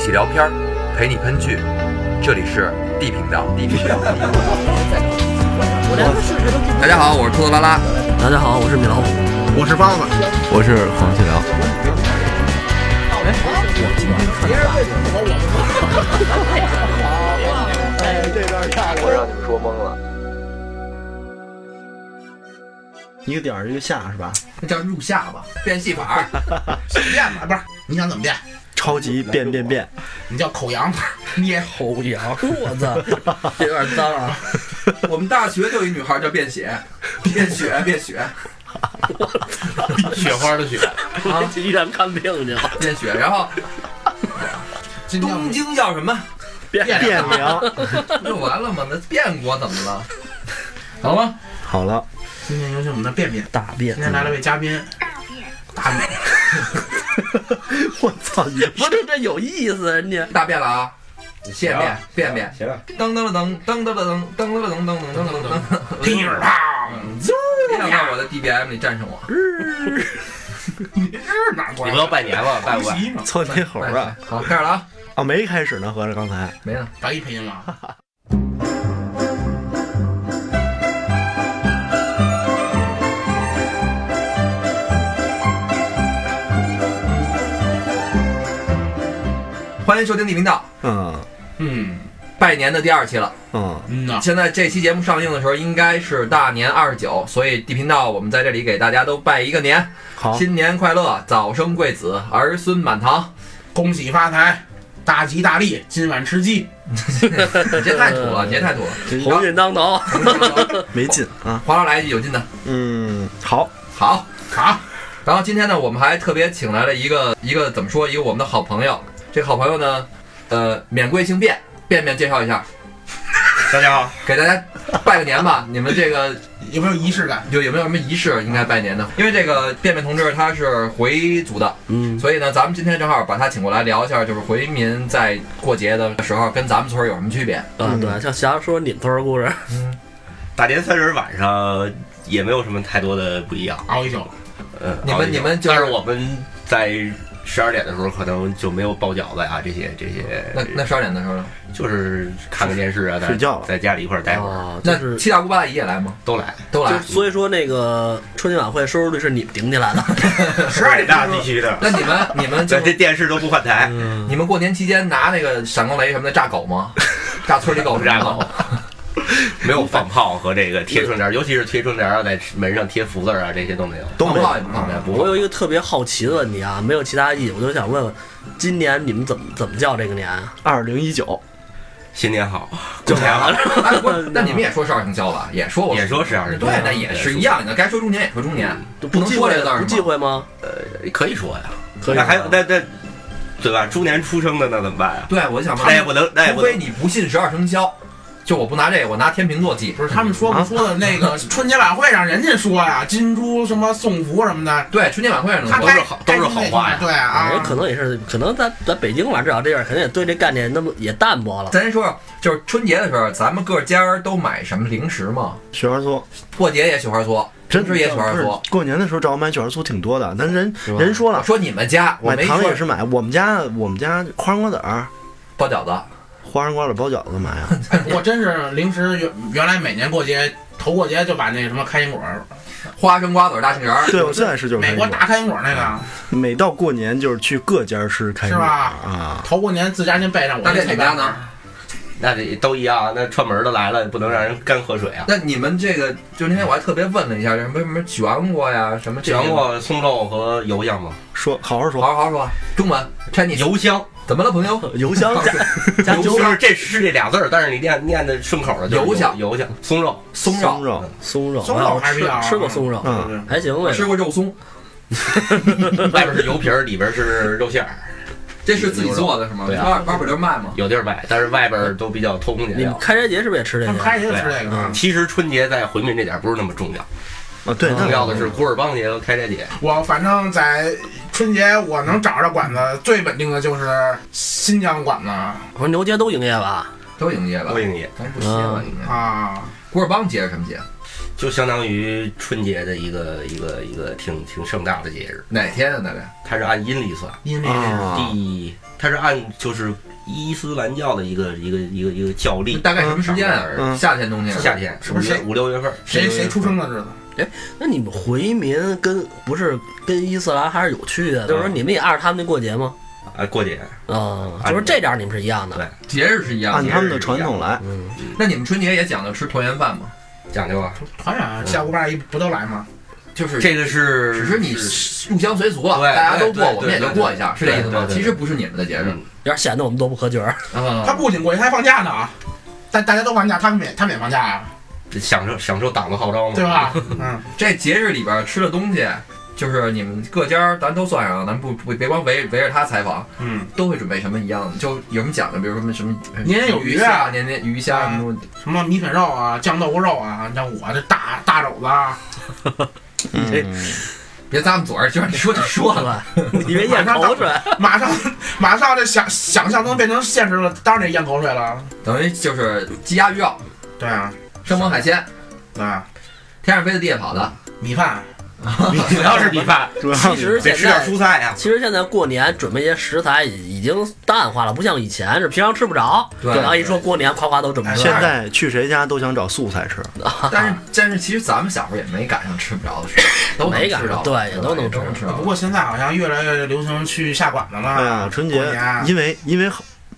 起聊片儿，陪你喷剧。这里是 D 频道，D 频道。大家好，我是兔子拉拉。大家好，我是米老虎。我是包子，我是黄继辽。一个点儿一个下是吧？那叫入夏吧，变戏法儿，变吧，不是你想怎么变？超级变变变，你叫口羊吧，捏侯阳，我操，这有点脏啊。我们大学就有一女孩叫变血，变血，变血，雪花的雪，依然看病去了。啊变血。然后今天我东们京叫什么？变 凉。不就完了吗？那变国怎么了？好吗？好了，今天有请我们的便便，大便今，天来了位嘉宾，大便，我操你！不是 这有意思，人家大变了啊！谢谢变变变，行了，噔噔噔噔噔噔噔噔噔噔噔噔噔噔噔噔，大便，噼里啪，滋别想在我的 DBM 里战胜我。儿哪过你来们要拜年了，拜不拜？嘛，窜天猴啊！好，开始了啊，啊，没开始呢，合着刚才没了。白一配音了。欢迎收听地频道，嗯嗯拜年的第二期了。嗯，嗯呐，现在这期节目上映的时候应该是大年二十九，所以地频道我们在这里给大家都拜一个年，好，新年快乐，早生贵子，儿孙满堂。恭喜发财，大吉大利，今晚吃鸡。你 这太土了，你这太土了。鸿 运当头。没劲啊。 华老来一句有劲的，嗯，好，好。好，然后今天呢，我们还特别请来了一个一个怎么说，一个我们的好朋友。这个好朋友呢，呃，免贵姓卞，便便介绍一下，大家好，给大家拜个年吧。你们这个有没有仪式感？有有没有什么仪式应该拜年的？因为这个便便同志他是回族的，嗯，所以呢，咱们今天正好把他请过来聊一下，就是回民在过节的时候跟咱们村儿有什么区别？啊，嗯对，像霞说你们村儿故事，嗯大年三十晚上也没有什么太多的不一样。熬一宿，嗯，你们好一点你们就是但是我们在十二点的时候可能就没有包饺子呀，这些这那些，那十二点的时候呢？就是看个电视啊，在睡觉了在家里一块儿待会儿啊，就哎那是。七大姑八大姨也来吗？都来。都来就。所以说，那个春节晚会收视率是你们顶起来的。 十二点那必须的，那你们你们就对，这电视都不换台，嗯，你们过年期间拿那个闪光雷什么的炸狗吗？炸村里狗不什么炸的狗，没有放炮和这个贴春联儿，尤其是贴春联儿啊，在门上贴福字儿啊，这些都没有。都放没炮有也不放啊呀。不我会。有一个特别好奇的问题啊，没有其他意义，我就想问问，今年你们怎么怎么叫这个年啊？二零一九，新年好，过年好，哎，不是，那你们也说十二生肖吧？也说我也说十二生肖对，那也是一样的，该说中年也说中年，就不能忌说讳这个字儿不吗忌讳吗？可以说呀。可以那吗。还有那那，对吧？猪年出生的那怎么办呀？对，我就想那也问，不能，那也除不非能。你不信十二生肖，就我不拿这个，我拿天秤座记。不是他们说不说的那个嗯啊春节晚会上，人家说呀，金猪什么送福什么的，对，春节晚会上能他说嗯都是该好该都是好话呀对啊，也可能也是，可能咱咱北京吧，至少这边肯定也对这概念那么也淡薄了。咱先说说，就是春节的时候，咱们各家儿都买什么零食吗？雪花酥，过节也雪花酥，真平时也雪花不是酥。过年的时候找我买雪花酥挺多的，但人吧人说我了，说你们家，我买没糖说也是买，我们家我们家花生瓜子儿、包饺子，花生瓜子包饺子买啊，哎，不过真是零食原原来每年过节头过节就把那什么开心果，花生瓜子儿大杏仁儿。对我最爱吃就是开美心国果，大开心果那个，每到过年就是去各家吃开心是果吧啊，头过年自家先备上。我那这这你家呢？那得都一样，那串门的来了，不能让人干喝水啊。那你们这个，就那天我还特别问了一下，什么什么卷果呀，什么这些全，过松肉和油酱吗？说好好说，好好说中文 Chinese，油香，怎么了，朋友？邮箱加加油九就是这是这俩字儿，但是你念念的顺口的就是油香油香松肉，松松肉，肉，松肉，松肉还是比吃较吃过松肉，嗯。还行我呗。吃过肉松，外边是油皮儿，里边是肉馅儿，这是自己做的是吗？对啊八八百六卖吗？有地儿买，但是外边都比较偷工减你们料。开斋节是不是也吃这他们个？开始就吃这个嗯嘛。其实春节在回民这点儿不是那么重要，啊，对，嗯那重要的是古尔邦节和开斋节。我反正在春节我能找着馆子最稳定的就是新疆馆子我说牛街都营业吧？都营业了过，营业，咱不歇了嗯应该。啊，古尔邦节是什么节？就相当于春节的一个一个一个挺挺盛大的节日，哪天啊？大概它是按阴历算，阴历啊，第它是按就是伊斯兰教的一个一个一个一个教历，大概什么时间啊？嗯夏天、冬天？夏天是不是五谁月五六月份？谁谁出生的日子？那你们回民跟不是跟伊斯兰还是有区嗯别的，就是说你们也按着他们那过节吗？啊，过节啊，就是这点儿你们是一样的。节日是一样按的。他们的传统来，嗯，那你们春节也讲究吃团圆饭吗？讲究啊，团圆啊，下午八一不都来吗？就是这个是只是你入乡随俗了，对大家都过，对对我们也就对过一下，是这意思吗对？对对其实不是你们的节日嗯有点显得我们都不 合群儿。他啊。不仅过节，他还放假呢啊！但大家都放假，他们也他们也放假啊，享受享受党的号召嘛，对？ 吧？嗯，这节日里边吃的东西，就是你们各家儿咱都算上，咱不不别光围围着他采访，嗯，都会准备什么一样的？就有什么讲究，比如说什么 什么年年有余鱼啊虾，年年鱼虾什嗯么什么米粉肉啊，酱豆腐肉啊，你像我这大大肘子啊， 嗯别咂巴嘴儿，就让你说就说是了。 吧？你别咽口水。马上马上这想想象中变成现实了，当然得咽口水了。等于就是鸡鸭鱼肉、对啊，生猛海鲜，对啊，天上飞的地下跑 的，米 饭，主要是米 饭，主要其实现得吃点在蔬菜啊呀。其实现在过年准备一些食材已已经淡化了，不像以前是平常吃不着。对然后一说过年，夸夸都准备哎了。现在去谁家都想找素菜吃，但是但是其实咱们小时候也没赶上吃不着的时候，都能没赶吃上着，对也也都能吃吃着不过现在好像越来越流行去下馆子了。哎呀，春过节年啊因为因为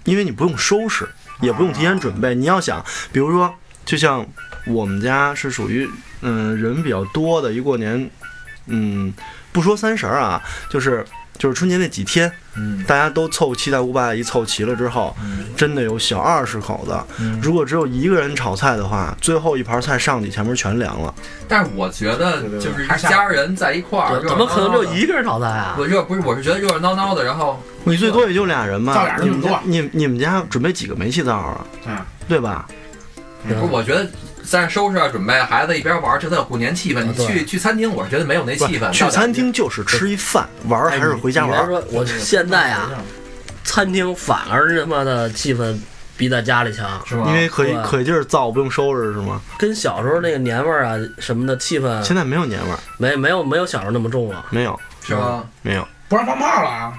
因为你不用收拾，也不用提前准备。你要想，比如说，就像我们家是属于嗯、人比较多的一过年，嗯，不说三十儿啊，就是就是春节那几天，嗯大家都凑七大姑八大姨凑齐了之后，嗯真的有小二十口子，嗯。如果只有一个人炒菜的话，最后一盘菜上去前面全凉了。但是我觉得对对对就是一还下家人在一块儿，对怎么可能只有啊热热闹闹的？一个人炒菜啊？我热不是，我是觉得热热闹闹的，然后你最多也就俩人嘛，灶眼儿你就们这么家多你你们家准备几个煤气灶啊？嗯，对吧？不嗯是，我觉得在收拾啊、准备，孩子一边玩儿，这才有过年气氛。你对去去餐厅，我是觉得没有那啊不气氛。去餐厅就是吃一饭，哎玩儿还是回家你玩别儿？说，我现在啊，，餐厅反而他妈的气氛比在家里强，是吗？因为可以对可劲儿造，不用收拾是吗？跟小时候那个年味儿啊什么的气氛嗯现在没有年味儿，没没有没有小时候那么重了。没有是吗？没有。不让放炮了啊！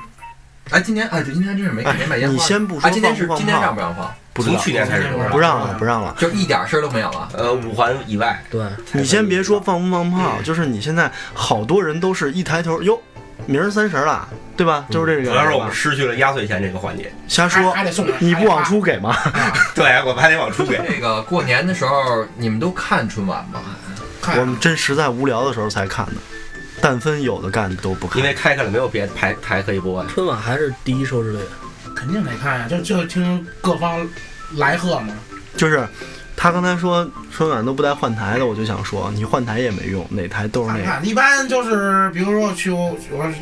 哎，今年哎，对，今年真是没哎没买，烟花。你先不说哎，今放年是不放今年让炮，不让放？不知从道去年开始就不不让了不让了。就一点声儿都没有了。呃，五环以外，对，哎你先别说放不放炮，就是你现在好多人都是一抬头，哟，明儿三十了，对吧？就是这个主嗯感要是哎觉我们吧。失去了压岁钱这个环节。 瞎还说，还得送人，你不往还得出给吗？对，啊我们还得往出 给。这个过年的时候，你们都看春晚吗？嗯发 看我们真实在无聊的时候才看的，但分有的干都不看因。为开开了没有别的台台可以播啊呀。春晚还是第一收视率。肯定得看呀，就就听各方来贺嘛。就是他刚才说春晚都不带换台的，我就想说，你换台也没用，哪台都是那看 个。看，一般就是比如说去我我要是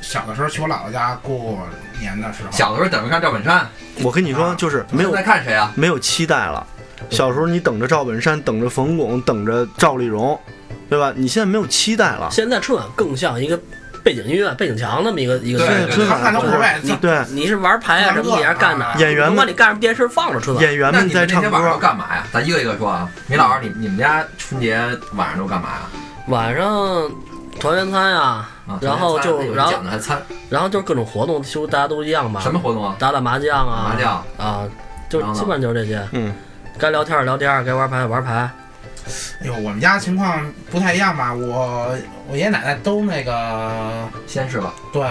小的时候去我姥姥家过年的时候，小的时候等着看赵本山，我跟你说啊，就是 没有在看谁啊？没有期待了。小时候你等着赵本山，等着冯巩，等着赵丽蓉，对吧？你现在没有期待了。现在春晚更像一个背景音乐、背景墙那么一个一个对东西。现在春看看晚都无所谓，就是对你是玩牌啊什么，你还是干哪？演员们甭管你干什么，电视放着春晚。演员那们你们在那唱天晚上都歌，干嘛呀？咱一个一个说啊。米老师，你你们家春节晚上都干嘛呀？晚上团圆餐啊，啊，然后就有人然后讲的还餐然后就是各种活动，其实大家都一样吧。什么活动啊？打打麻将啊，麻将。啊，就然后呢基本上就是这些。嗯，该聊天儿聊天儿，该玩牌玩牌。哎呦，我们家情况不太一样吧？我我爷爷奶奶都那个，先是吧，对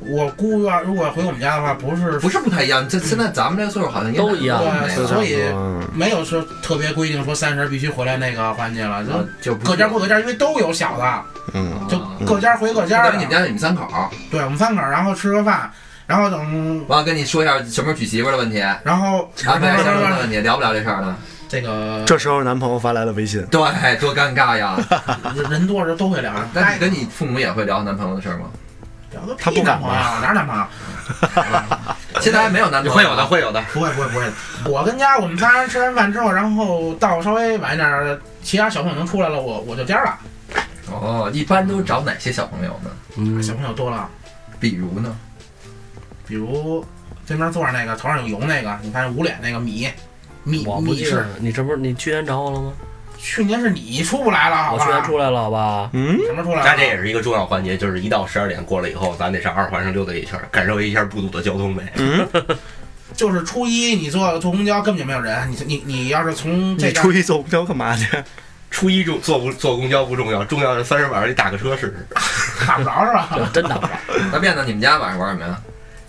我姑要如果回我们家的话，不是不是不太一样。这现在咱们这个岁数好像也都一样没有对所以嗯没有说特别规定说三十必须回来那个环节了，啊就就不各家过各家，因为都有小的，嗯，就啊各家回各就家等于的你们。家你们三口儿，对我们三口儿，然后吃个饭，然后等，我要跟你说一下什么时候娶媳妇儿的问题，安然后排相亲的问题，聊不聊这事儿呢？这个这时候男朋友发来了微信，对，多尴尬呀！人多的时候都会聊。那你跟你父母也会聊男朋友的事儿吗？聊个他屁不男敢朋友，啊哪儿男朋友？现在还没有男朋友，会有的，。会有的。不会不会不会，我跟家我们仨人吃完饭之后，然后到稍微晚一点儿，其他小朋友能出来了，我我就颠了。哦，一般都找哪些小朋友呢？嗯，小朋友多了，比如呢？比如对面坐着那个头上有油那个，你看捂脸那个米米我不米记得是了你这不是你去年找我了吗？去年是你出不来了，好我去年吧？出来了，好 吧？嗯，什么出来了？那这也是一个重要环节，就是一到十二点过了以后，咱得上二环上溜达一圈，感受一下不堵的交通呗。嗯就是初一你坐坐公交根本就没有人，你你你要是从这你站出去坐公交干嘛去？ 初一重坐不坐公交不重要，重要是三十晚上你打个车试试，打不着是吧？对，真打不着。那变得你们家晚上玩什么呀？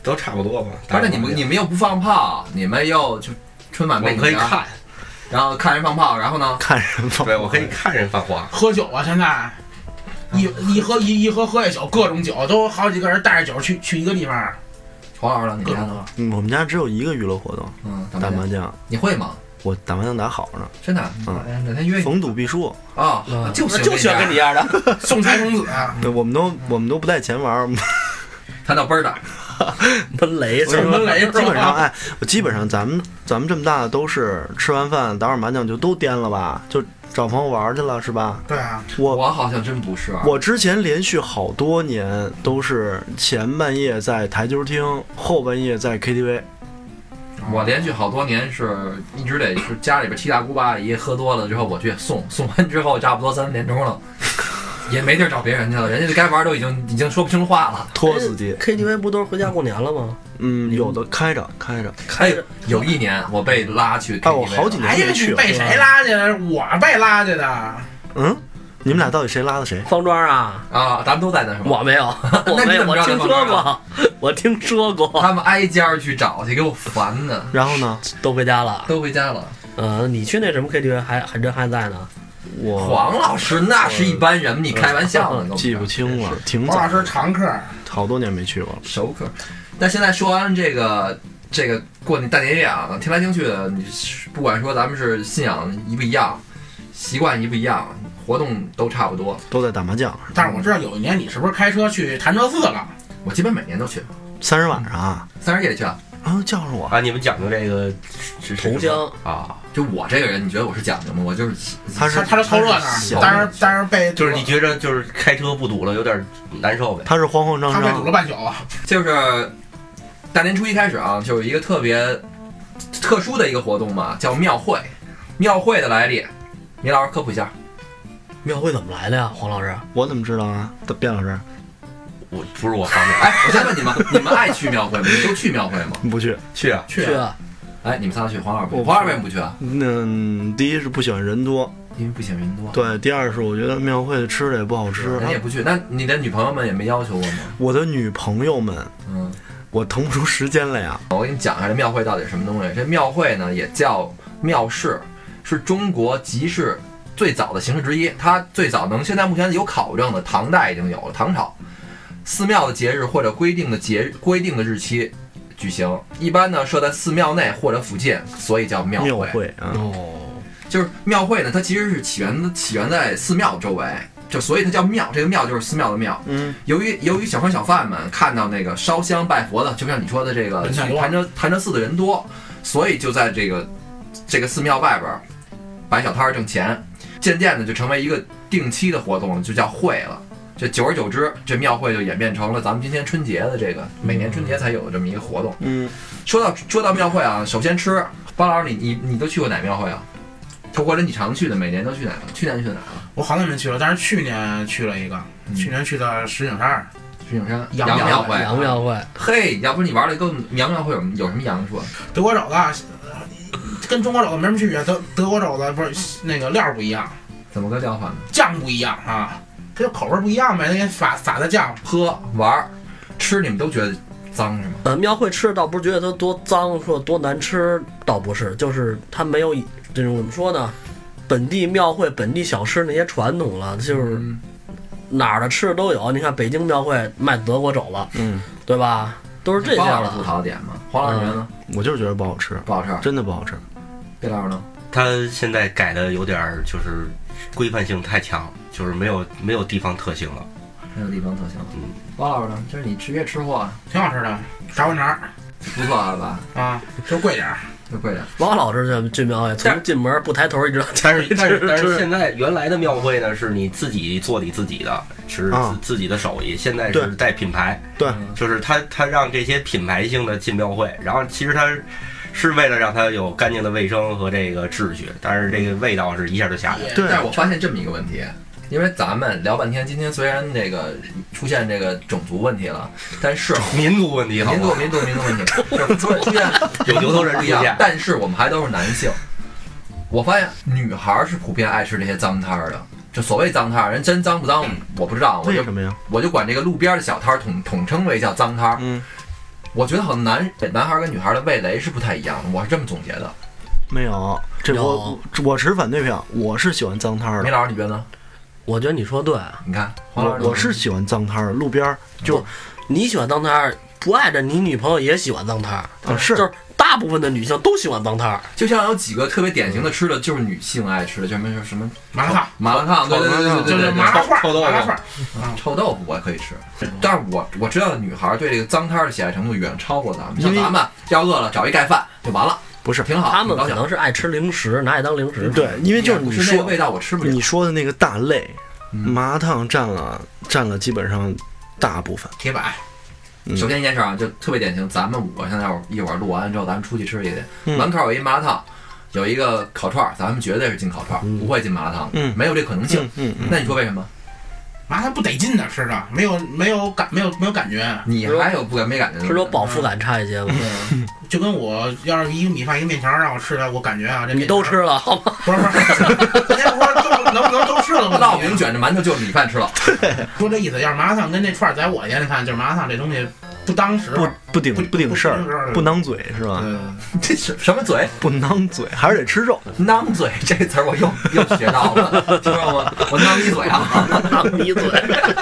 都差不多吧。不是你们你们又不放炮，你们又就春晚我被们你可以家看，然后看人放炮，然后呢？看人放。对我可以看人放花。喝酒啊，现在一一喝一一喝喝夜酒，各种酒都好几个人带着酒去去一个地方，黄老师呢？你各家种呢？喝。嗯我们家只有一个娱乐活动，嗯，打打麻麻将。将。你会吗？我打麻将打好着呢，真的？嗯哪天约你逢赌必输。啊？嗯就就喜欢跟你一样的。送财童子啊，对，我们都我们都不带钱玩儿，谈到倍儿的，喷雷，我们雷是基本上吧？哎，我基本上咱们咱们这么大的都是吃完饭打会儿麻将就都颠了吧，就找朋友玩儿去了是吧？对啊，我我好像真不是。啊我之前连续好多年都是前半夜在台球厅，后半夜在 KTV。我连续好多年是一直得是家里边七大姑八大姨喝多了之后我去送，送完之后差不多三四点钟了，也没地儿找别人去了，人家该玩都已经已经说不清话了。托死机， KTV 不都是回家过年了吗？嗯，有的开着开着，哎，有一年我被拉去 KTV，哎，我好几哎年呀，没你去了。被谁拉去的？我被拉去的。嗯，你们俩到底谁拉的谁？方庄啊，啊，咱们都在那什么，我没有，我没有，我听啊说过，啊 我听说过，他们挨家儿去找去，给我烦的，然后呢，都回家了。都回家了。呃，你去那什么 KTV 还还真还在呢？我黄老师那是一般嗯人，你开玩笑呢？跟我记不清了，挺王早老，师常客，好多年没去过了。熟客。那现在说完这个这个过年大年夜啊，听来听去的，你是不管说咱们是信仰一不一样，习惯一不一样，活动都差不多。都在打麻将。但是我知道有一年你是不是开车去潭柘寺了？我基本每年都去，三十晚上啊，三十夜里去啊。啊叫上我，啊，你们讲究这个是同乡啊，就我这个人，你觉得我是讲究吗？我就是他是他他都凑热闹小，当然当然被就是你觉着就是开车不堵了，有点难受呗。他是慌慌张他被堵了张，半宿，就是大年初一开始啊，就是一个特别特殊的一个活动嘛，叫庙会。庙会的来历，米老师科普一下。庙会怎么来的呀，黄老师？我怎么知道啊？卞老师我不是我方面，哎，我先问你们，你们爱去庙会吗？你们都去庙会吗？不去。去啊， 去去啊。啊，哎，你们仨去，黄二我黄二为什么不去啊？嗯，第一是不喜欢人多，因为不嫌人多。对；第二是我觉得庙会吃的也不好吃人。也不去，那你的女朋友们也没要求过吗？我的女朋友们，嗯，我腾不出时间来啊呀。我给你讲一下这庙会到底是什么东西。这庙会呢，也叫庙市，是中国集市最早的形式之一。它最早能现在目前有考证的，唐代已经有了，唐朝。寺庙的节日或者规定的节规定的日期举行，一般呢设在寺庙内或者附近，所以叫庙庙会。会啊，哦，就是庙会呢，它其实是起源起源在寺庙周围，就所以它叫庙。这个庙就是寺庙的庙。嗯，由于由于小商小贩们看到那个烧香拜佛的，就像你说的这个人去太多潭柘潭柘寺的人多，所以就在这个这个寺庙外边儿摆小摊儿挣钱。渐渐的就成为一个定期的活动了，就叫会了。这久而久之，这庙会就演变成了咱们今天春节的这个每年春节才有的这么一个活动。嗯，说到说到庙会啊，首先吃，包老师你你你都去过哪庙会啊？就或者你常去的，每年都去哪个？去年去哪啊个？我好久没去了，但是去年去了一个，去年去的石景山，石景山阳阳庙会。啊杨庙会，嘿，要不你玩的跟阳庙会有有什么阳说？德国肘子呃跟中国肘子没什么区别，德德国肘子不是那个料儿不一样，怎么个叫法呢？酱不一样啊，它就口味不一样呗，那给撒撒的酱喝玩吃，你们都觉得脏是吗？呃，庙会吃的倒不是觉得它多脏，说多难吃，倒不是，就是它没有以这种怎么说呢，本地庙会、本地小吃那些传统了，就是嗯哪儿的吃的都有。你看北京庙会卖德国肘子，嗯，对吧？都是这包样老师吐的。槽的点吗？黄老师觉得呢？我就是觉得不好吃，不好吃。真的不好吃。贝老师呢？他现在改的有点儿就是规范性太强，就是没有没有地方特性了。那个地方特行嗯。包老师呢？这是你职业吃货啊，挺好吃的，炸灌肠儿不错啊吧？啊，就贵点儿，那贵点。王老师这这庙会但从进门不抬头一直到 但是但是但是现在原来的庙会呢，是你自己做你自己的，是自啊自己的手艺。现在对是带品牌，对，就是他他让这些品牌性的进庙会，然后其实他是为了让它有干净的卫生和这个秩序，但是这个味道是一下就下来了。也对 但是我发现这么一个问题，因为咱们聊半天，今天虽然这个出现这个种族问题了，但是民族问题好民吗族民族民族问题就是出出现有牛头人不出一样现，，但是我们还都是男性。我发现女孩儿是普遍爱吃这些脏摊儿的，就所谓脏摊儿，人真脏不脏我不知道，我为就啊什么呀？我就管这个路边儿的小摊儿统统称为叫脏摊儿。嗯，我觉得好像男男孩儿跟女孩儿的味蕾是不太一样的，我是这么总结的。没有，这我我持反对票，我是喜欢脏摊儿梅的，老师，你觉得呢？我觉得你说对，啊你看，黄老我师我是喜欢脏摊儿的，路边儿就你喜欢脏摊儿，不碍着你女朋友也喜欢脏摊儿，啊是就是大部分的女性都喜欢脏摊儿。就像有几个特别典型的吃的，就是女性爱吃的，叫什么什么麻辣烫，麻辣烫，对对对对就对是对麻对，辣串臭儿，豆腐麻辣串儿，臭豆腐我也可以吃，但是我我知道的女孩对这个脏摊儿的喜爱程度远超过咱们，像因为咱们要饿了找一盖饭就完了，不是挺好，她们挺啊高可兴能是爱吃零食，拿也当零食。对，，因为就也是你不是那个说味道我吃不了你，说的那个大类，嗯麻辣烫占了占了基本上大部分。铁板。嗯首先一件事啊，就特别典型，咱们五个现在一会儿录完之后，咱们出去吃去去。嗯门口有一麻辣烫，有一个烤串儿，咱们绝对是进烤串儿，不会进麻辣烫，嗯没有这可能性。嗯嗯嗯，那你说为什么？麻辣烫不得劲的吃着，没有没有感没有没有感觉，你还有不感没感觉呢？是说饱腹感差一些吗？就跟我要是一个米饭一个面条儿让我吃的，我感觉啊，这你面条都儿吃了好吗？不是不 是，咱先不说都能不能都吃了吧，烙饼卷着馒头就是米饭吃了，说这意思，要是麻辣烫跟这串儿，在我眼里看，就是麻辣烫这东西不当时不不顶不不顶事不顶事儿儿，不囔嘴是吧？嗯，这是什么嘴？不囔嘴，还是得吃 肉。囔嘴这个词儿我又又学到了，知道吗？我囔你嘴啊， 你嘴。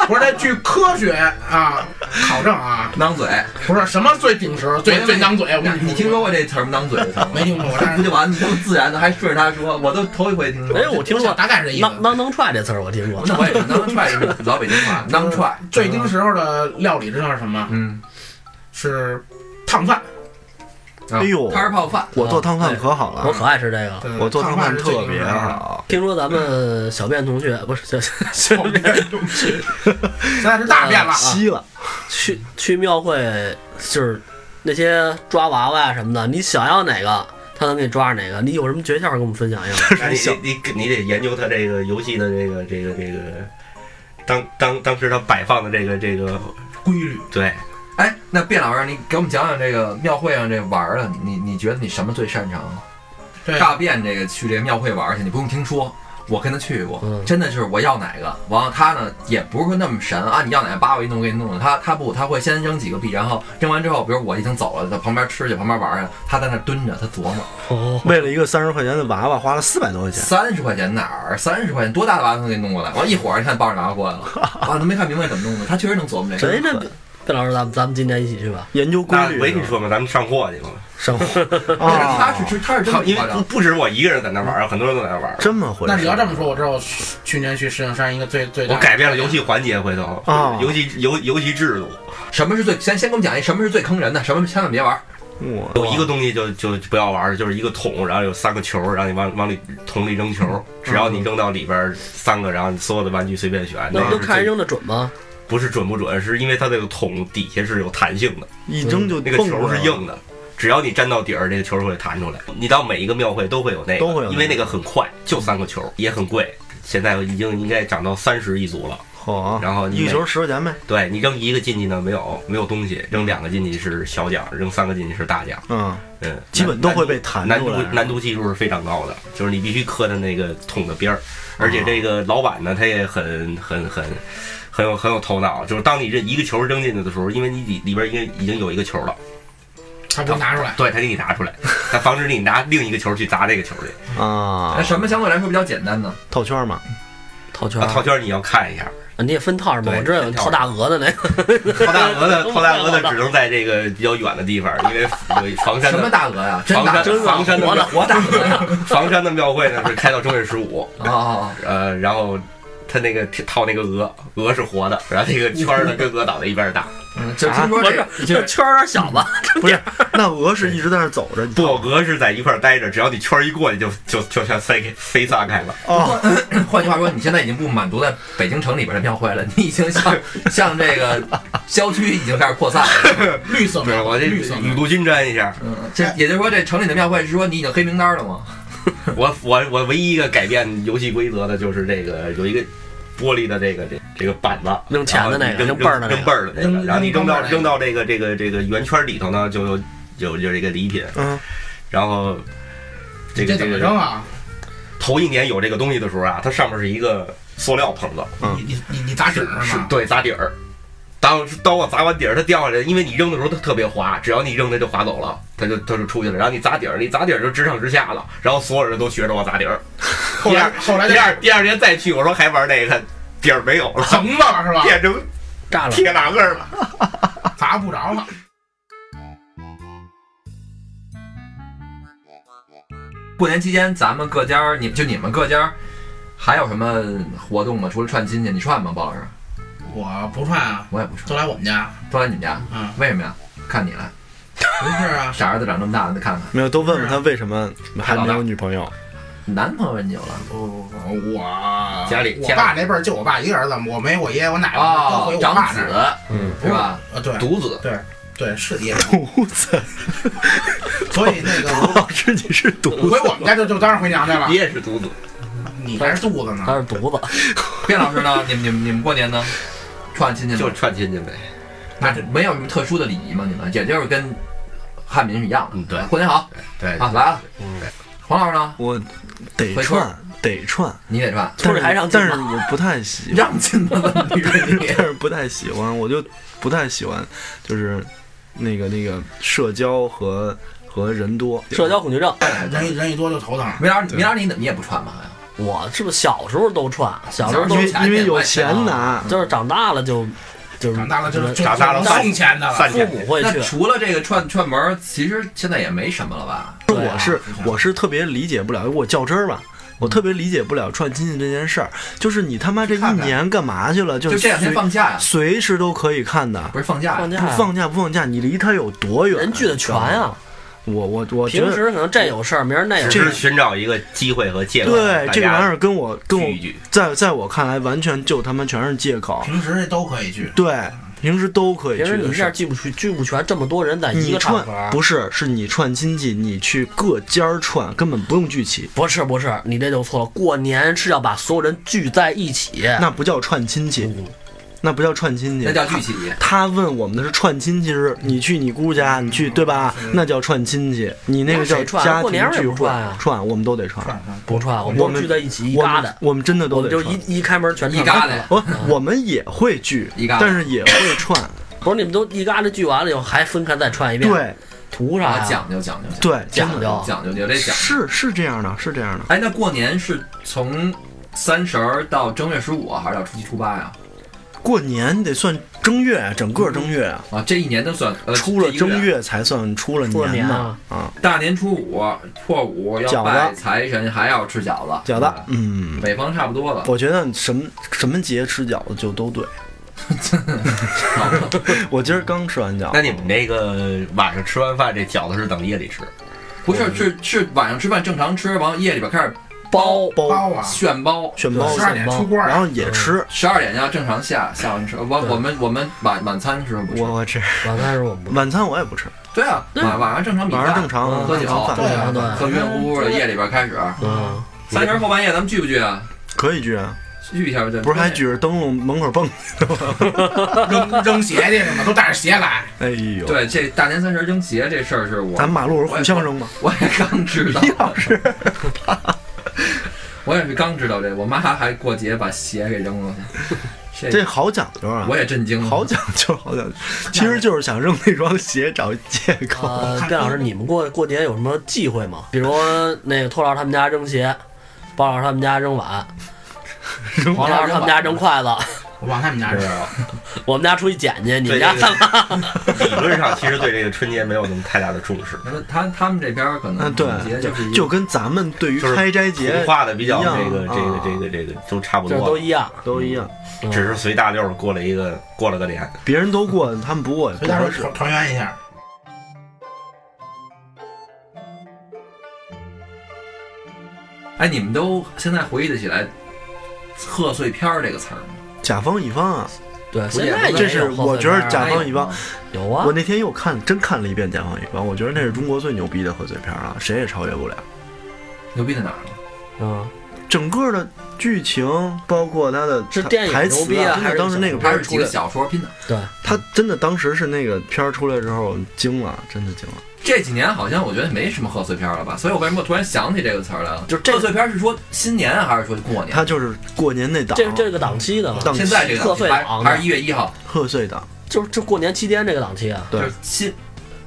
不是，这据科学啊考证啊，囔嘴。不是什么最顶时，最最当嘴。我那跟你你听说说过这词儿吗？囔嘴的词儿吗没听说过？但不是就 完了？你这么自然的还顺着他说，我都头一回听说。哎，我听说想大概是这意思囔。囔能踹这词儿我听过。那我也是囔踹，就是老北京话，囔踹。最顶时候的料理知道是什么？嗯，是烫饭。啊哎呦摊儿泡饭，我做烫饭可好我了，可爱吃这个了。对我做烫烫饭是最特顶时别啊候的。好。听说咱们小便同学不是小小小现在是大变了，吸了，去去庙会，就是那些抓娃娃什么的，你想要哪个，他能给你抓着哪个。你有什么诀窍跟我们分享一下？那你你你得研究它这个游戏的这个这个这个，当当当时它摆放的这个这个规律。对，哎，那卞老师，你给我们讲讲这个庙会上这玩儿的，你你觉得你什么最擅长？对，大便这个去这个庙会玩儿去，你不用听说，我跟他去过，嗯真的就是我要哪个，完了他呢也不是说那么神啊，你要哪个叭我一弄给你弄了，他他不他会先扔几个币，然后扔完之后，比如我已经走了，在旁边吃去，旁边玩儿去，他在那儿蹲着，他琢磨哦，为了一个三十块钱的娃娃，花了四百多块钱。三十块钱哪儿三十块钱多大的娃娃能给弄过来，完了一会儿你看抱着娃娃过来了，啊都没看明白怎么弄的，他确实能琢磨这个。哎谁那卞老师，咱们咱们今天一起去吧，研究规那律我是跟吧，你说嘛，咱们上货去嘛，上但是他啊是，吃，他是真好的因夸为不张，不止我一个人在那玩嗯儿，很多人都在那玩儿。这么回事。那你要这么说，我知道我去去年去石景山一个最最大我改变了游戏环节，回头啊游戏游游戏制度，什么是最先先给我们讲一什么是最坑人的，什么千万别玩儿，我有一个东西就就不要玩儿，就是一个桶，然后有三个球，然后你往往里桶里扔嗯球，只要你扔到里边儿三个，然后你所有的玩具随便选。嗯那那不就是看人最扔的准吗？不是准不准，是因为它这个桶底下是有弹性的，一扔就那个蹦出球来是了，硬的。只要你粘到底儿，这个球会弹出来。你到每一个庙会都会有那个，都会有那个因为那个很快，就三个球，也很贵。现在已经应该涨到三十一组了。好，啊然后你一个球十块钱呗。对你扔一个进去呢，没有没有东西；扔两个进去是小奖，扔三个进去是大奖。嗯，嗯，基本都会被弹难出度来。难度系数是非常高的，就是你必须磕在那个桶的边儿，而且这个老板呢，他也很很很很有很有头脑，就是当你扔一个球扔进去的时候，因为你里里边应该已经有一个球了，他不拿出来，对他给你拿出来，他防止你拿另一个球去砸这个球去。那啊，哎什么相对来说比较简单呢？套圈嘛，套圈啊，儿，套圈你要看一下，啊你也分套是吗？对我知道有分套套大鹅的那个，套大鹅的套大鹅的只能在这个比较远的地方，因为有房山什么的大鹅呀？真房大山鹅房山的活大鹅呀！房山的庙会呢是开到正月十五，啊，呃，然后他那个套那个鹅，鹅是活的，然后那个圈儿呢跟鹅脑袋一边儿大，嗯，就听说不这是，这圈儿有点小吧？不是，那鹅是一直在那儿走着，你不，鹅是在一块儿待着，只要你圈儿一过，你就就就全飞开飞散开了。哦， 换句话说，你现在已经不满足在北京城里边的庙会了，你已经向向这个郊区已经开始扩散了。绿色对，庙我会，这绿色雨庙会露均沾一下。嗯，这也就是说，这城里的庙会是说你已经黑名单了吗？我我我唯一一个改变游戏规则的就是这个有一个玻璃的这个这这个板子，扔钱的那个然后你扔泵儿的那个扔泵儿的那扔个，然后你扔扔泵儿到那个扔到这个这个这个圆圈里头呢，就有有有这个礼品，嗯，然后这个这这怎么个扔啊？头一年有这个东西的时候啊，它上面是一个塑料棚子，嗯你你你你砸纸是是吗？对砸底儿。当当我砸完底儿，它掉下来，因为你扔的时候它特别滑，只要你扔它就滑走了，它就它就出去了。然后你砸底儿，你砸底儿就直上直下了，然后所有人都学着我砸底 儿。后来后来第就二第二天再去，我说还玩那个底儿没有了， 横了是吧？变成炸 了，铁栏杆儿了。砸不着了。过年期间，咱们各家儿，你就你们各家儿还有什么活动吗？除了串亲戚，你串吗，鲍老师？我不串啊，我也不串，都来我们家。都来你们家，嗯，为什么呀？看你了，不是啊，傻儿子长这么大了，得看看没有，都问问他为什么还没有女朋友。男朋友你有了不不不，我家里我家里爸那辈儿就我爸一个儿子，我没我爷哎爷我奶奶都哦回，我长爸子那儿。，嗯，是吧？呃，对独子，对是也，犊子，所以那个老师你是犊我子，回我们家就就当然回娘家了你。也是独子。你还是肚子呢？他是犊子，卞老师呢？你 们你们你们过年呢？串亲戚吗就是串亲戚呗。那这没有什么特殊的礼仪吗？你们也就是跟汉民是一样的。嗯对过年好对啊，来了。黄老师呢？我得串得串，你得串，村里还让进但是吗我不太喜 欢，让亲的问题。 但是不太喜欢，我就不太喜欢，就是那个那个社交和和人多，社交恐惧症。人一人一多就头疼。梅老师，梅老师你怎么也不串吧？好像我是不是小时候都串？小时候因都为钱因为得有卖钱啊钱拿，就是长大了就就是长大了就就长大了就能送钱的了。散父钱母会那去，除了这个串串门儿，其实现在也没什么了吧？对啊我是是我是特别理解不了，我较真儿吧，我特别理解不了串亲戚这件事儿，就是你他妈这一看看年干嘛去了？就是这两天随放假呀，随时都可以看的，不是放假呀放假不呀放假不放假，你离他有多远？人聚的全啊。我我我觉平得时可能这有事儿，明儿那有事只儿是寻找一个机会和借口，对大这个玩意家儿跟我跟我聚一聚。在在我看来完全就他妈全是借口，平时都可以去，对，平时都可以平去时你的一事下儿。聚不全，聚不全，这么多人在一你个场串合，不是，是你串亲戚，你去各家儿串，根本不用聚齐，不是不是，你这就错了。过年是要把所有人聚在一起，那不叫串亲嗯戚，那不叫串亲戚，那叫聚 齐。他问我们的是串亲戚，是你去你姑家，你去对吧？那叫串亲戚，你那个叫嗯那谁串家过年庭儿也聚不会串啊，串我们都得串，串串。不串，我们我都们聚在一起一我疙瘩们，我们真的我都们得就串。一一开门全一嘎疙瘩呀我我们也会聚一疙瘩，但是也会串。不是你们都一疙瘩聚完了以后还分开再串一遍，，对图啥啊呀？讲究讲究对，真讲的究，讲究，有得讲。是是这样的，是这样的。哎，那过年是从三十儿到正月十五啊，还是到初七初八呀？过年得算正月，整个正月啊，啊，这一年都算呃出了这一个正月月才算出了过年呢啊。啊，大年初五破五饺要子拜财神，还要吃饺子。饺子，嗯嗯，，北方差不多了。我觉得什么什么节吃饺子就都对。我今儿刚吃完饺子，那你们那个晚上吃完饭，这饺子是等夜里吃？不是，是是晚上吃饭正常吃，完了夜里边开始包包包啊，炫包，炫包十，二点出锅然啊，后也吃，十二点要正常下下完吃。我对我们我们晚晚餐时候不吃。我我吃晚餐是我们不晚餐我也不吃，对啊，对晚晚上正常米晚上饭正，常嗯喝酒正常对饭嗯啊对喝晕乎乎的，夜里边开始。嗯，三十儿后半夜咱们聚不聚啊？可以聚啊，聚一下吧，这不是还举着灯笼门口蹦？扔扔鞋去什么，都带着鞋来。哎呦，对，这大年三十扔鞋这事儿是我咱马路上互相扔吧。 我也刚知道，是，我也是刚知道这，我妈还过节把鞋给扔 了，这这好讲究啊我，也震惊了。好讲究，好讲究。其实就是想扔那双鞋找借口。呃，卞老师，你们过过节有什么忌讳吗？比如那个托老师他们家 扔鞋，包老师他们家扔碗，黄黄老师他们家扔筷子，我往他们家吃。我们家出去捡去，你啊对们家这个 理论上其实对这个春节没有那么太大的重视，那他他们这边儿可能嗯对春节就是一就跟咱们对于就是开斋节同化的比较一样这个这个啊这个这个都差 不就是都多，一样，都一样，嗯只是随大溜儿过了一个过了个年。别人都过，他们不过也回不家合说适。团团圆一下，哎，你们都现在回忆得起来“贺岁片儿”这个词儿吗？甲方乙方啊，对。不现也不在能这是也有贺岁我觉得片儿啊甲方乙方哎，有啊我，那天又看真看了一遍甲方乙方，我觉得那是中国最牛逼的贺岁片了，谁也超越不了。牛逼在哪儿呢？嗯，整个的剧情，包括它的是电影台牛词逼啊真还的是当时那个片它儿是出几来个，小说拼的。对，他真的当时是那个片儿出来之后惊了，真的惊了。这几年好像我觉得没什么贺岁片儿了吧，所以我为什么突然想起这个词儿来了？就是这贺岁片儿是说新年啊还是说过年？他就是过年那档，这这是个档期的嘛，档现在这个档贺期岁还档还是一月一号，贺岁档，就是就过年期间这个档期啊，对就是新，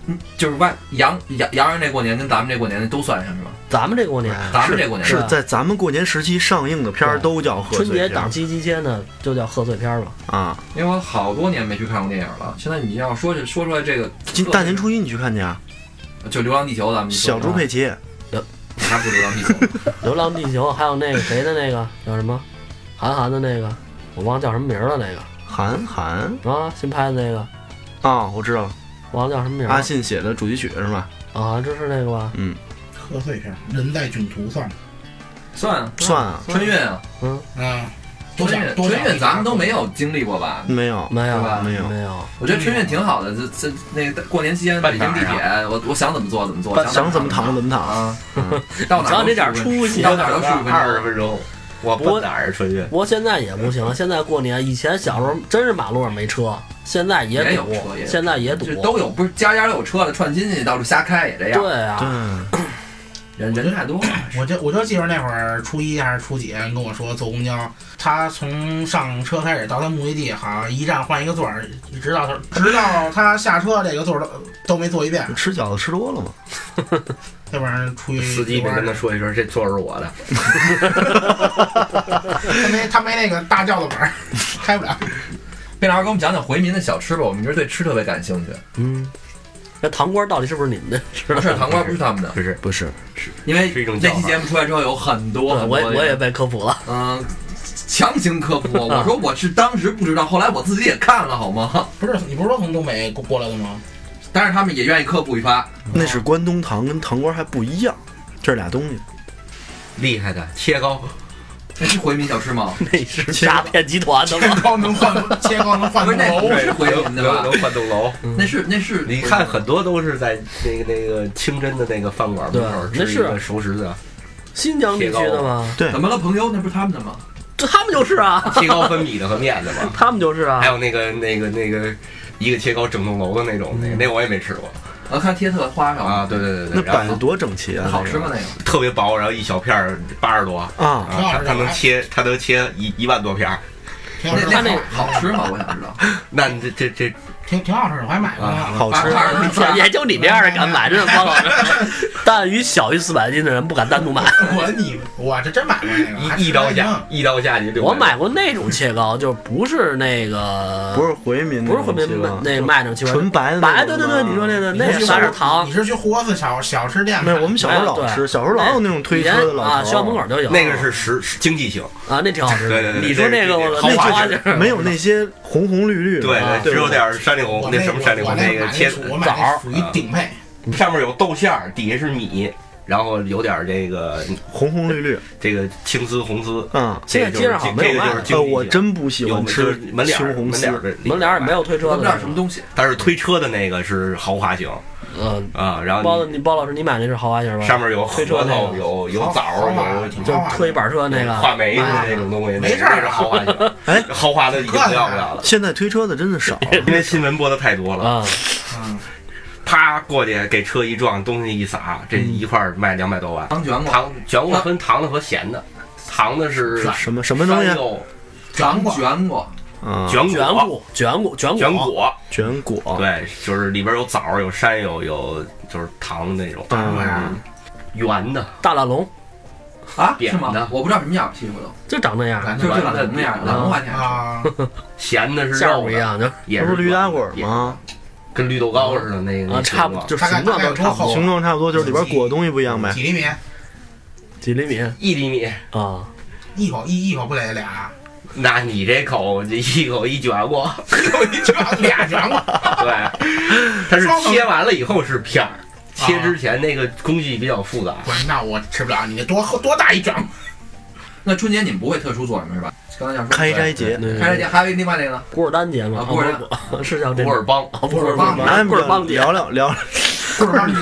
嗯就是外洋洋洋人这过年跟咱们这过年都算上是吧？咱们这过年咱们这过年是对在咱们过年时期上映的片儿对都叫贺春岁节片档儿期期间呢，就叫贺岁片儿嘛。啊。因为我好多年没去看过电影了。现在你要说这说出来这个，今大年初一你去看去啊？就《流浪地球》，咱们就说小猪佩奇，你还不如《流浪地 球》呢。 《流浪地球》，还有那个谁的那个叫什么，韩寒的那个，我忘了叫什么名儿了，那韩寒个啊，新拍的那个，啊，我知道了，忘了叫什么名儿阿了信写的主题曲是吧？啊，这是那个吧？贺岁片，人在囧途算了。算啊，算啊，春运啊，嗯，多春想运多春想运咱们都没有。有经历过吧？没有，啊没有啊是吧没没有没有，我觉得春运挺好的，这这那个过年期间北京地铁，我我想怎么坐怎么坐，想怎么躺躺怎么躺。嗯啊，到哪儿瞧都这点儿15分钟出息到哪儿都十五分二钟十。分钟，我不过奔哪儿啊春运？不过现在也不行，现在过年以前小时候真是马路上没车，现在也也有堵车也，有现在也堵这，都有，不是家家都有车了，串亲戚到处瞎开也这样，对啊，对，人人太多了。我就我就记着那会儿初一还是初几跟我说坐公交，他从上车开始到他目的地，好像一站换一个座儿，一直到他直到他下车这个座儿都都没坐一遍，吃饺子吃多了嘛，要不然出去司机得跟他说一声，这座儿是我的。他没他没那个大轿子本儿，开不了。贝老师给我们讲讲回民的小吃吧，我们一直对吃特别感兴趣。嗯，那糖瓜到底是不是你们的？不是糖瓜，不是他们的，不是，不是因为是一种那叫期法节目出来之后有很多，对很嗯多我也人我也被科普了，嗯。强行科普 我，我说我是当时不知道，后来我自己也看了，好吗？ 不是你不是说从东北过过来的吗？但是他们也愿意科普一发，那是关东糖跟糖瓜还不一样，这是俩东西。厉害的切糕，那是回民小吃吗？那是诈骗集团的吗？高能 换切糕能换不是那楼不，是回能民的吧能？换栋楼。那是那是你看，很多都是在那个那个清真的那个饭馆门口对那吃一是个熟食的新疆地区的吗？对怎，么了，朋友？那不是他们的吗？这他们就是啊， 切糕分米的和面的嘛，他们就是啊还，有那个那个那个一个切糕整栋楼的那种，那个那我也没吃过我呃看贴特花上啊。对对对那对，然摆后的多整齐啊！好那吃个吗？那个特别薄，然后一小片儿八十多啊，啊，挺好他吃的他能切他能切一一万多片儿，挺好那吃那的，那好吃吗？我想知道。那这这这挺挺好吃的，我还买过嗯啊呢。好哎啊吃。八十 块钱也就你这样的敢 买，真是光老师。但于小于四百斤的人不敢单独 买。 我你我这真买过那个，啊还一一刀吃得还下行一刀下你就六我百多买过那种切糕，就不是那个，不是回民啊不那种是回切糕，民那卖那种切糕，纯白的那白，种对对对，吗你说那个你那是去撒点火糖你，是去活子小小吃店没买有，我们小时候哎老对吃，小时候老有那种推以前车的老啊，头学校门口就有。那个是实是经济型，啊，那挺好吃的。对对对你说那个我那是豪豪华华劲劲儿没有那些红红绿绿的，对啊只有吧点儿山里我红那什么山里我红那个买切属我买那枣属于啊顶配，上面有豆馅儿，底下是米，然后有点这个红红绿绿，这个青丝红丝。嗯，现在街上好像没这有个卖就是经呃，济型我真不喜有欢吃就是门脸青儿红门脸丝儿，的门脸儿也没有推我车不的知那道种，什么东西，但是推车的那个是豪华型嗯，啊，然包后子，你包老师你买那是豪华型吧？上面有核推车那桃，个有有好枣好儿，吧有挺就好是吧推板车那个，哎话梅的那种东西，没事那儿是豪华型。哎， 豪华的已经不要不了 了，现在推车的真的少，因为新闻播的太多了。啊，嗯，啪过去给车一撞，东西一撒，这嗯一块儿卖两百多万。糖卷果、糖全国分糖的和咸的，糖的是什么什么东西山柚糖卷果，啊？ 卷啊卷哦果。骨卷骨卷卷骨果，卷果，对，就是里边有枣儿，有山柚，有就是糖那种嗯啊圆的，大懒龙，啊，扁是吗的？我不知道什么样西葫芦，就长那嗯样，咱就就 就完长了什么样，扁懒嗯的文化天。啊，咸的是馅儿肉不的一样，就也那不是是驴打滚也吗？跟绿豆糕似的那个啊，差不多。就大概形状都大概差不多多厚，形状差不多，就是里边裹的东西不一样呗。几厘米，几厘米一厘米，啊，一口一一口不得俩，那你这口这一口一卷过， 一口一卷俩卷过，对，它是切完了以后是片儿，切之前那个工序比较复杂。不是，那我吃不了，你这多厚多大一卷？那春节你们不会特殊做什么是吧？刚才想说开斋节，对开斋节，还有另外那个呢，古尔丹节嘛，啊古尔丹丹 是叫这古尔邦，啊古尔邦邦咱古尔邦们节，聊聊聊不是你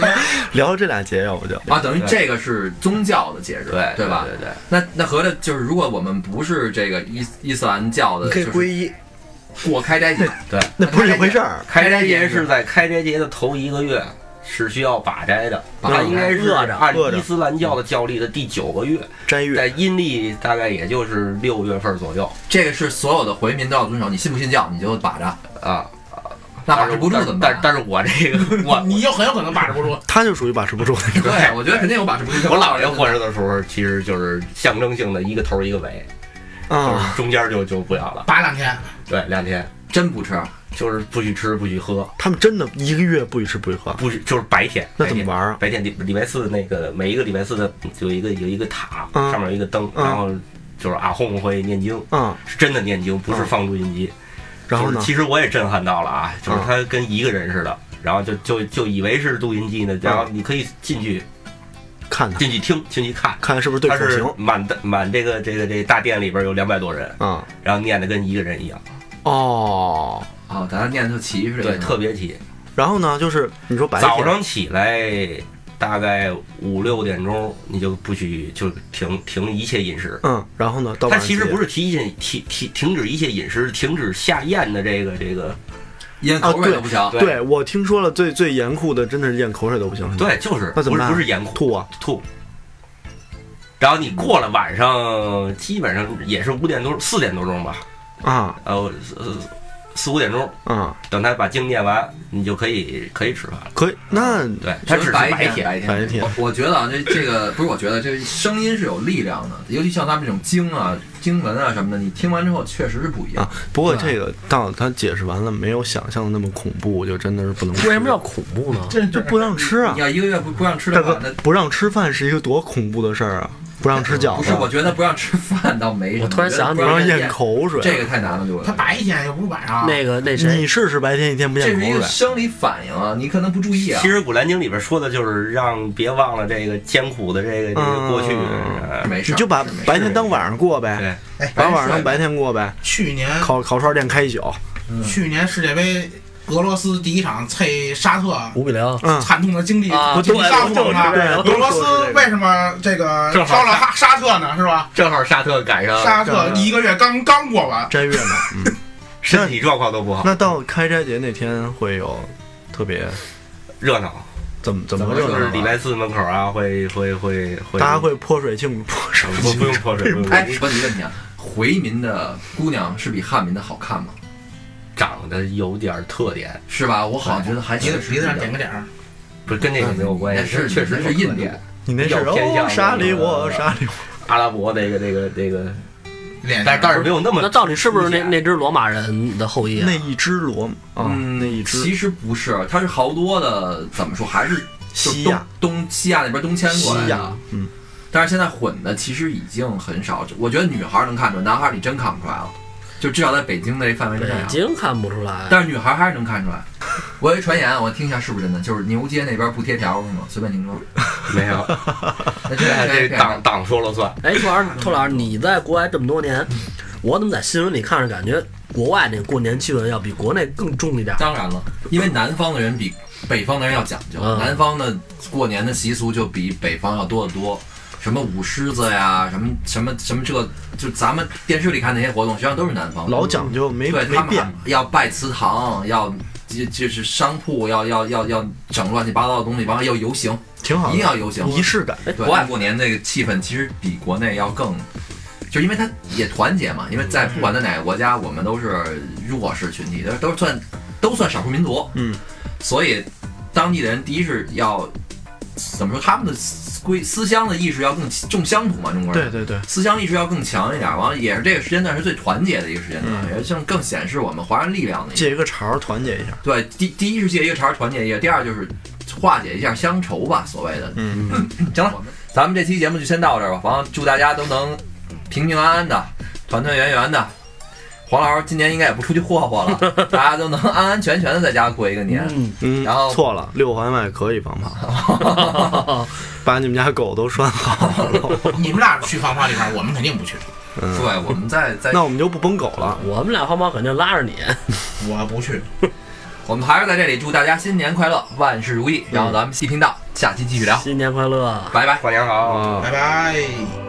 聊这俩节，要不就啊，等于对这个是宗教的节日，对对吧？对对，那那合着就是，如果我们不是这个伊斯伊斯兰教的，你可以就是皈依，过开斋节，那不是一回事儿。开斋节是在开斋节的头一个月是需要把斋的，把它应该是啊饿着按饿着伊斯兰教的教历的第九个月，斋月在阴历大概也就是六月份左右这个是所有的回民都要遵守，你信不信教你就把着，啊。那把但是持不住但怎么但办？啊但是我这个 我你就很有可能把持不住。他就属于把持不住那种。对，我觉得肯定有把持不住。 我姥爷活着的时候，其实就是象征性的一个头一个尾，就是啊，中间就就不要了。拔两天，对，两天真不吃，啊就是不许吃，不许喝，他们真的一个月不许吃不许喝，不许就是白天。那怎么玩啊？白天礼礼拜四那个每一个礼拜四的有一个有一个塔，嗯上面有一个灯，嗯然后就是阿訇会念经，嗯，是真的念经，不是嗯放录音机。然后就呢是？其实我也震撼到了啊，就是嗯他跟一个人似的，然后就就就以为是录音机呢，然后嗯你可以进去看他，进去听，进去看。看看是不是对他口是型满的满这个这个这个大殿里边有两百多人，啊？然后念的跟一个人一样，哦，哦，咱念的就齐是这个对，意思吗特别齐。然后呢，就是你说白天早上起来大概五六点钟，你就不许就停停一切饮食，嗯，然后呢，到它晚上其实几点不是提醒停停停止一切饮食，停止下咽的这个这个，咽口水都不行。哦对对我听说了最最严酷的，真的是咽口水都不行，是吗，对，就是那怎么不是办不是盐吐啊，吐。然后你过了晚上，基本上也是五点多四点多钟吧，啊呃四四五点钟，啊，等他把经念完，你就可以可以吃饭了。可以，那对，它只是白白天，天，白天，白天我我觉得啊，这这个不是，我觉得这声音是有力量的，尤其像他们这种经啊、经文啊什么的，你听完之后确实是不一样啊。，不过对这个到他解释完了，没有想象的那么恐怖，就真的是不能吃。为什么叫恐怖呢？这就不让吃啊你？要一个月不不让吃大的话哥，那，不让吃饭是一个多恐怖的事儿啊！不让吃饺不是，我子，觉得不让吃饭倒没什么。我突然想起不不来让让咽咽，口水，这个太难了，对我来他说。白天又不是晚上，那个那谁你，试试白天一天不这咽是一口个水，生理反应啊，你可能不注意啊其。实《古兰经》里边说的就是让别忘了这个艰苦的这个这个过去，嗯呃没事你儿，就把是没事儿白天当晚上过呗，对，把晚上当白天过呗，去年烤烤串店开一宿，去年世界杯俄罗斯第一场脆沙特。五比零，嗯，惨痛的经历，啊经历告诉我们啊，对俄罗斯为什么这个正好烧了沙沙特呢？是吧？正好沙特赶上沙特一呃个月刚刚过完，斋月嘛。嗯身体状况都不好，那到开斋节那天会有特别热闹。怎么怎怎么么热热就是闹闹？礼拜四门口啊，会会会会，大家会泼水庆祝，泼水不庆不祝用泼水，不用哎，问你一个问题啊，回民的姑娘是比汉民的好看吗？长得有点特点，是吧？我好像觉得还鼻确子实鼻子上是点个点儿，不是跟嗯那个没有关系，那是确实那是印度点。你那是 比较偏向哦，沙里那我个沙里阿拉伯那个那个那个，脸但但是没有那么那到底是不是那明显那只罗马人的后裔我啊那？一只罗啊，嗯那一只其实不是，它是好多的，怎么说，还是就西东亚东西亚那边东迁过来西亚的。，嗯，但是现在混的其实已经很少，我觉得女孩能看出来，男孩你真看不出来了，就至少在北京那范围之内北啊。京看不出来，但是女孩还是能看出来。 我有一传言，我听一下是不是真的，就是牛街那边不贴条是吗？随便听 说。没 有，那这哎这党党说了算。哎，托老师，托老师，你在国外这么多年，我怎么在新闻里看着感觉国外那过年气氛要比国内更重一点？当然了，因为南方的人比北方的人要讲究，嗯南方的过年的习俗就比北方要多得多。什么舞狮子呀，什么什么什么这，就咱们电视里看那些活动，实际上都是南方的老讲究没对没他们变还，要拜祠堂，要就就是商铺要要要要整乱七八糟的东西，完了要游行，挺好一定的，要游行。啊仪式感。哎，国国外外过年那个气氛其实比国内要更，就是因为它也团结嘛，因为在不管在哪个国家，我们都是弱势群体，都都算都算少数民族，嗯，所以当地的人第一是要怎么说他们的思归思乡的意识要更重乡土嘛，中国人。对对对，思乡意识要更强一点，完了也是这个时间段是最团结的一个时间段，嗯也像更显示我们华人力量的一个。借一个茬儿团结一下。对，第第一是借一个茬儿团结一下，第二就是化解一下乡愁吧，所谓的。嗯，行了，咱们这期节目就先到这儿吧，完了祝大家都能平平安安的，团团圆圆的。黄老师今年应该也不出去霍霍 了，大家都能安安全全的在家过一个年。 嗯，嗯，然后错了，六环外可以放炮，把你们家狗都拴好了。你们俩去放炮地方，我们肯定不去，对，我们再再嗯那我们就不崩狗了。我们俩黄毛肯定拉着你，我不去。我们还是在这里祝大家新年快乐，万嗯事如意。然后咱们细频道下期继续聊，新年快乐。拜拜。跨年好。啊拜拜。